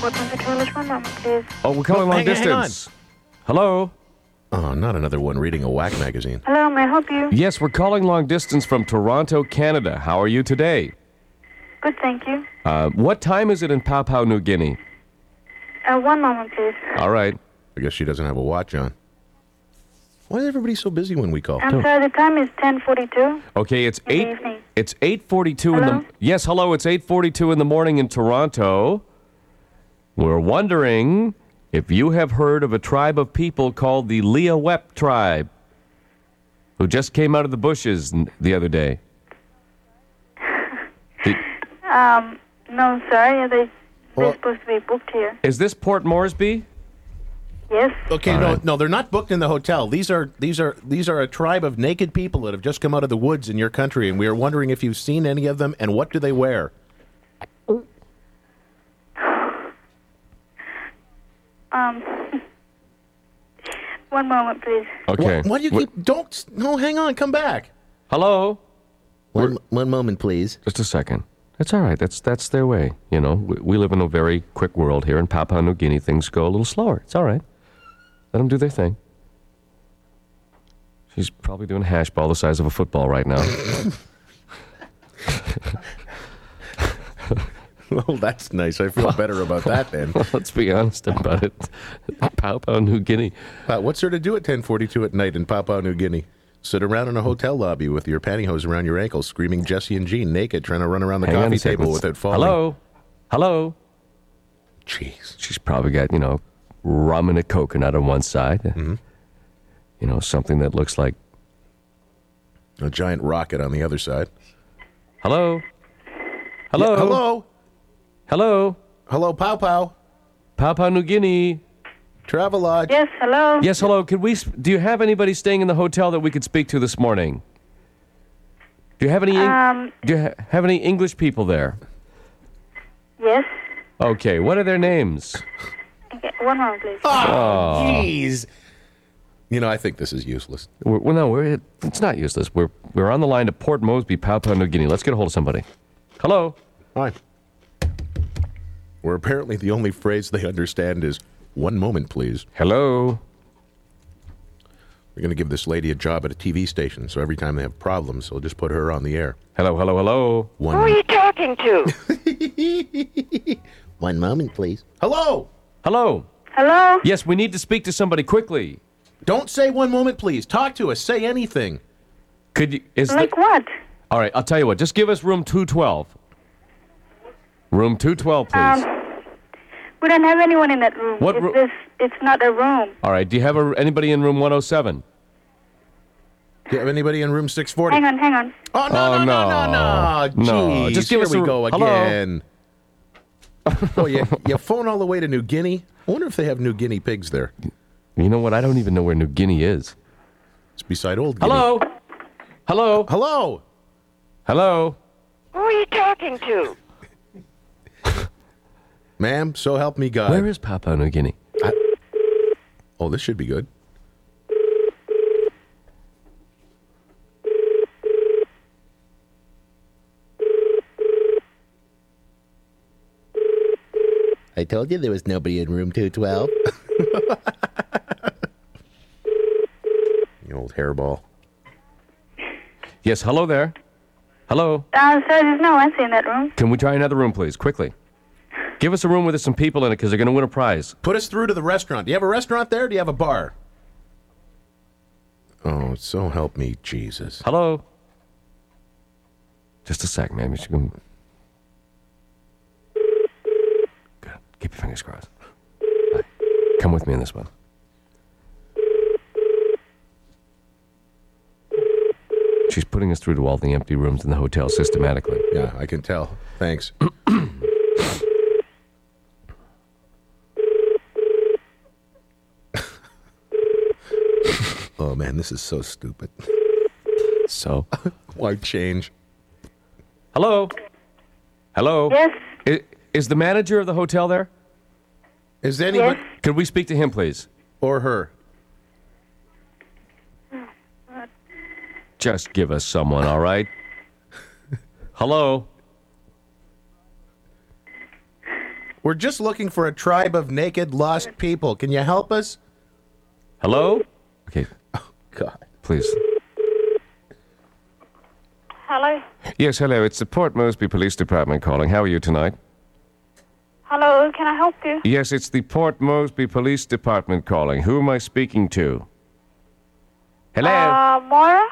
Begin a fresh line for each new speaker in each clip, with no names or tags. just one moment, please.
Oh, we're calling
Oh,
long
hang- hang on.
distance. Hello.
Oh, not another one reading a whack magazine.
Hello, may I help you?
Yes, we're calling long distance from Toronto, Canada. How are you today?
Good, thank you.
Uh, what time is it in Papua New Guinea?
Uh, one moment, please.
All right.
I guess she doesn't have a watch on. Why is everybody so busy when we call?
I'm sorry, the time is 10:42.
Okay, it's
Good
eight.
evening.
It's eight forty-two in
Hello?
the. Yes, hello. It's eight forty-two in the morning in Toronto. We're wondering if you have heard of a tribe of people called the Leawep tribe, who just came out of the bushes n- the other day. The-
Um, no, sorry, are they
Well-
they're supposed to be booked here.
Is this Port Moresby?
Yes.
Okay, no, no, they're not booked in the hotel. These are these are these are a tribe of naked people that have just come out of the woods in your country, and we are wondering if you've seen any of them and what do they wear.
Um, one moment, please.
Okay.
Why, why do you keep? Don't s- no. Hang on. Come back.
Hello.
One, one moment, please.
Just a second. That's all right. That's that's their way. You know, we, we live in a very quick world here in Papua New Guinea. Things go a little slower. It's all right. Let them do their thing. She's probably doing a hash ball the size of a football right now.
Well, that's nice. I feel better about that then.
Let's be honest about it. Papua New Guinea.
Uh, what's there to do at 10:42 at night in Papua New Guinea? Sit around in a hotel lobby with your pantyhose around your ankles, screaming Jesse and Jean naked, trying to run around the
Hang on a
coffee
second.
table
Let's-
without falling.
Hello. Hello.
Jeez.
She's probably got you know rum and a coconut on one side.
Mm-hmm.
You know something that looks like
A giant rocket on the other side.
hello. Hello.
Yeah, hello.
Hello.
Hello, Pow Pow.
Papua New Guinea.
Travelodge.
Yes, hello.
Yes, hello. Could we? sp- Do you have anybody staying in the hotel that we could speak to this morning? Do you have any? Eng-
Um,
do you ha- have any English people there?
yes.
Okay. What are their names?
Okay, one moment, please.
Ah.
Jeez. You know, I think this is useless.
We're, well, no, we're, it's not useless. We're we're on the line to Port Moresby, Papua New Guinea. Let's get a hold of somebody. Hello.
Hi. Where apparently the only phrase they understand is one moment, please.
Hello.
We're going to give this lady a job at a TV station, so every time they have problems, they'll just put her on the air.
Hello. Hello. Hello.
One
Who are you talking to?
One moment, please.
Hello!
Hello.
Hello.
Yes, we need to speak to somebody quickly.
Don't say one moment, please. Talk to us. Say anything.
Could you? Is the-
Like what?
all right. I'll tell you what. Just give us room two twelve. Room two twelve, please.
Um, We don't have anyone in that room.
What
it's,
roo-
this, it's not a room.
all right. Do you have a, anybody in room one hundred seven?
Do you have anybody in room 640?
Hang on, hang on.
Oh, no,
Oh,
no, no, no, no.
no.
Jeez,
Just give
here
us
we
a-
go
hello?
again. oh, you, you phone all the way to New Guinea? I wonder if they have New Guinea pigs there.
You know what? I don't even know where New Guinea is.
It's beside Old Guinea.
Hello? Hello?
Hello!
Hello?
Who are you talking to?
Ma'am, so help me God.
Where is Papua New Guinea?
Oh, this should be good.
I told you there was nobody in room 212.
You old hairball.
Yes, hello there. Hello?
Uh, sir, there's no answer in that room.
Can we try another room, please? Quickly. Give us a room with some people in it because they're going to win a prize.
Put us through to the restaurant. Do you have a restaurant there? Or do you have a bar? Oh, so help me, Jesus.
Hello? Just a sec, man. You should go- Good. Keep your fingers crossed. Bye. Come with me in this one. She's putting us through to all the empty rooms in the hotel systematically.
Yeah, I can tell. Thanks. oh, man, this is so stupid.
So,
Why change?
hello, hello.
Yes.
I- Is, the manager of the hotel there?
Is anyone
Yes.
Could we speak to him, please?
or her?
Just give us someone, all right? hello.
We're just looking for a tribe of naked lost people. Can you help us?
Hello? Okay,
God.
please.
Hello.
Yes, hello. It's the Port Moresby Police Department calling. How are you tonight?
Hello. Can I help you?
Yes, it's the Port Moresby Police Department calling. Who am I speaking to? Hello?
Uh, Moira.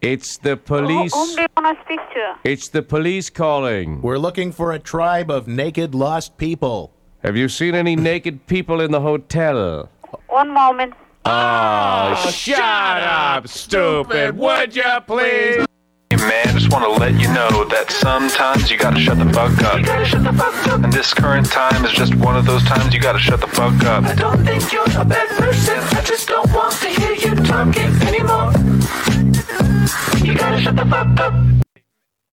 it's the
Who,
police.
whom do you want to speak to?
It's the police calling.
We're looking for a tribe of naked lost people.
Have you seen any naked people in the hotel?
One moment.
Ah, Shut up, stupid. Would you please?
Hey man, just want to let you know that sometimes you gotta shut the fuck up. You gotta shut the fuck up. And this current time is just one of those times you gotta shut the fuck up. I don't think you're a bad person. I just don't want to hear you talking anymore. You gotta shut the fuck up.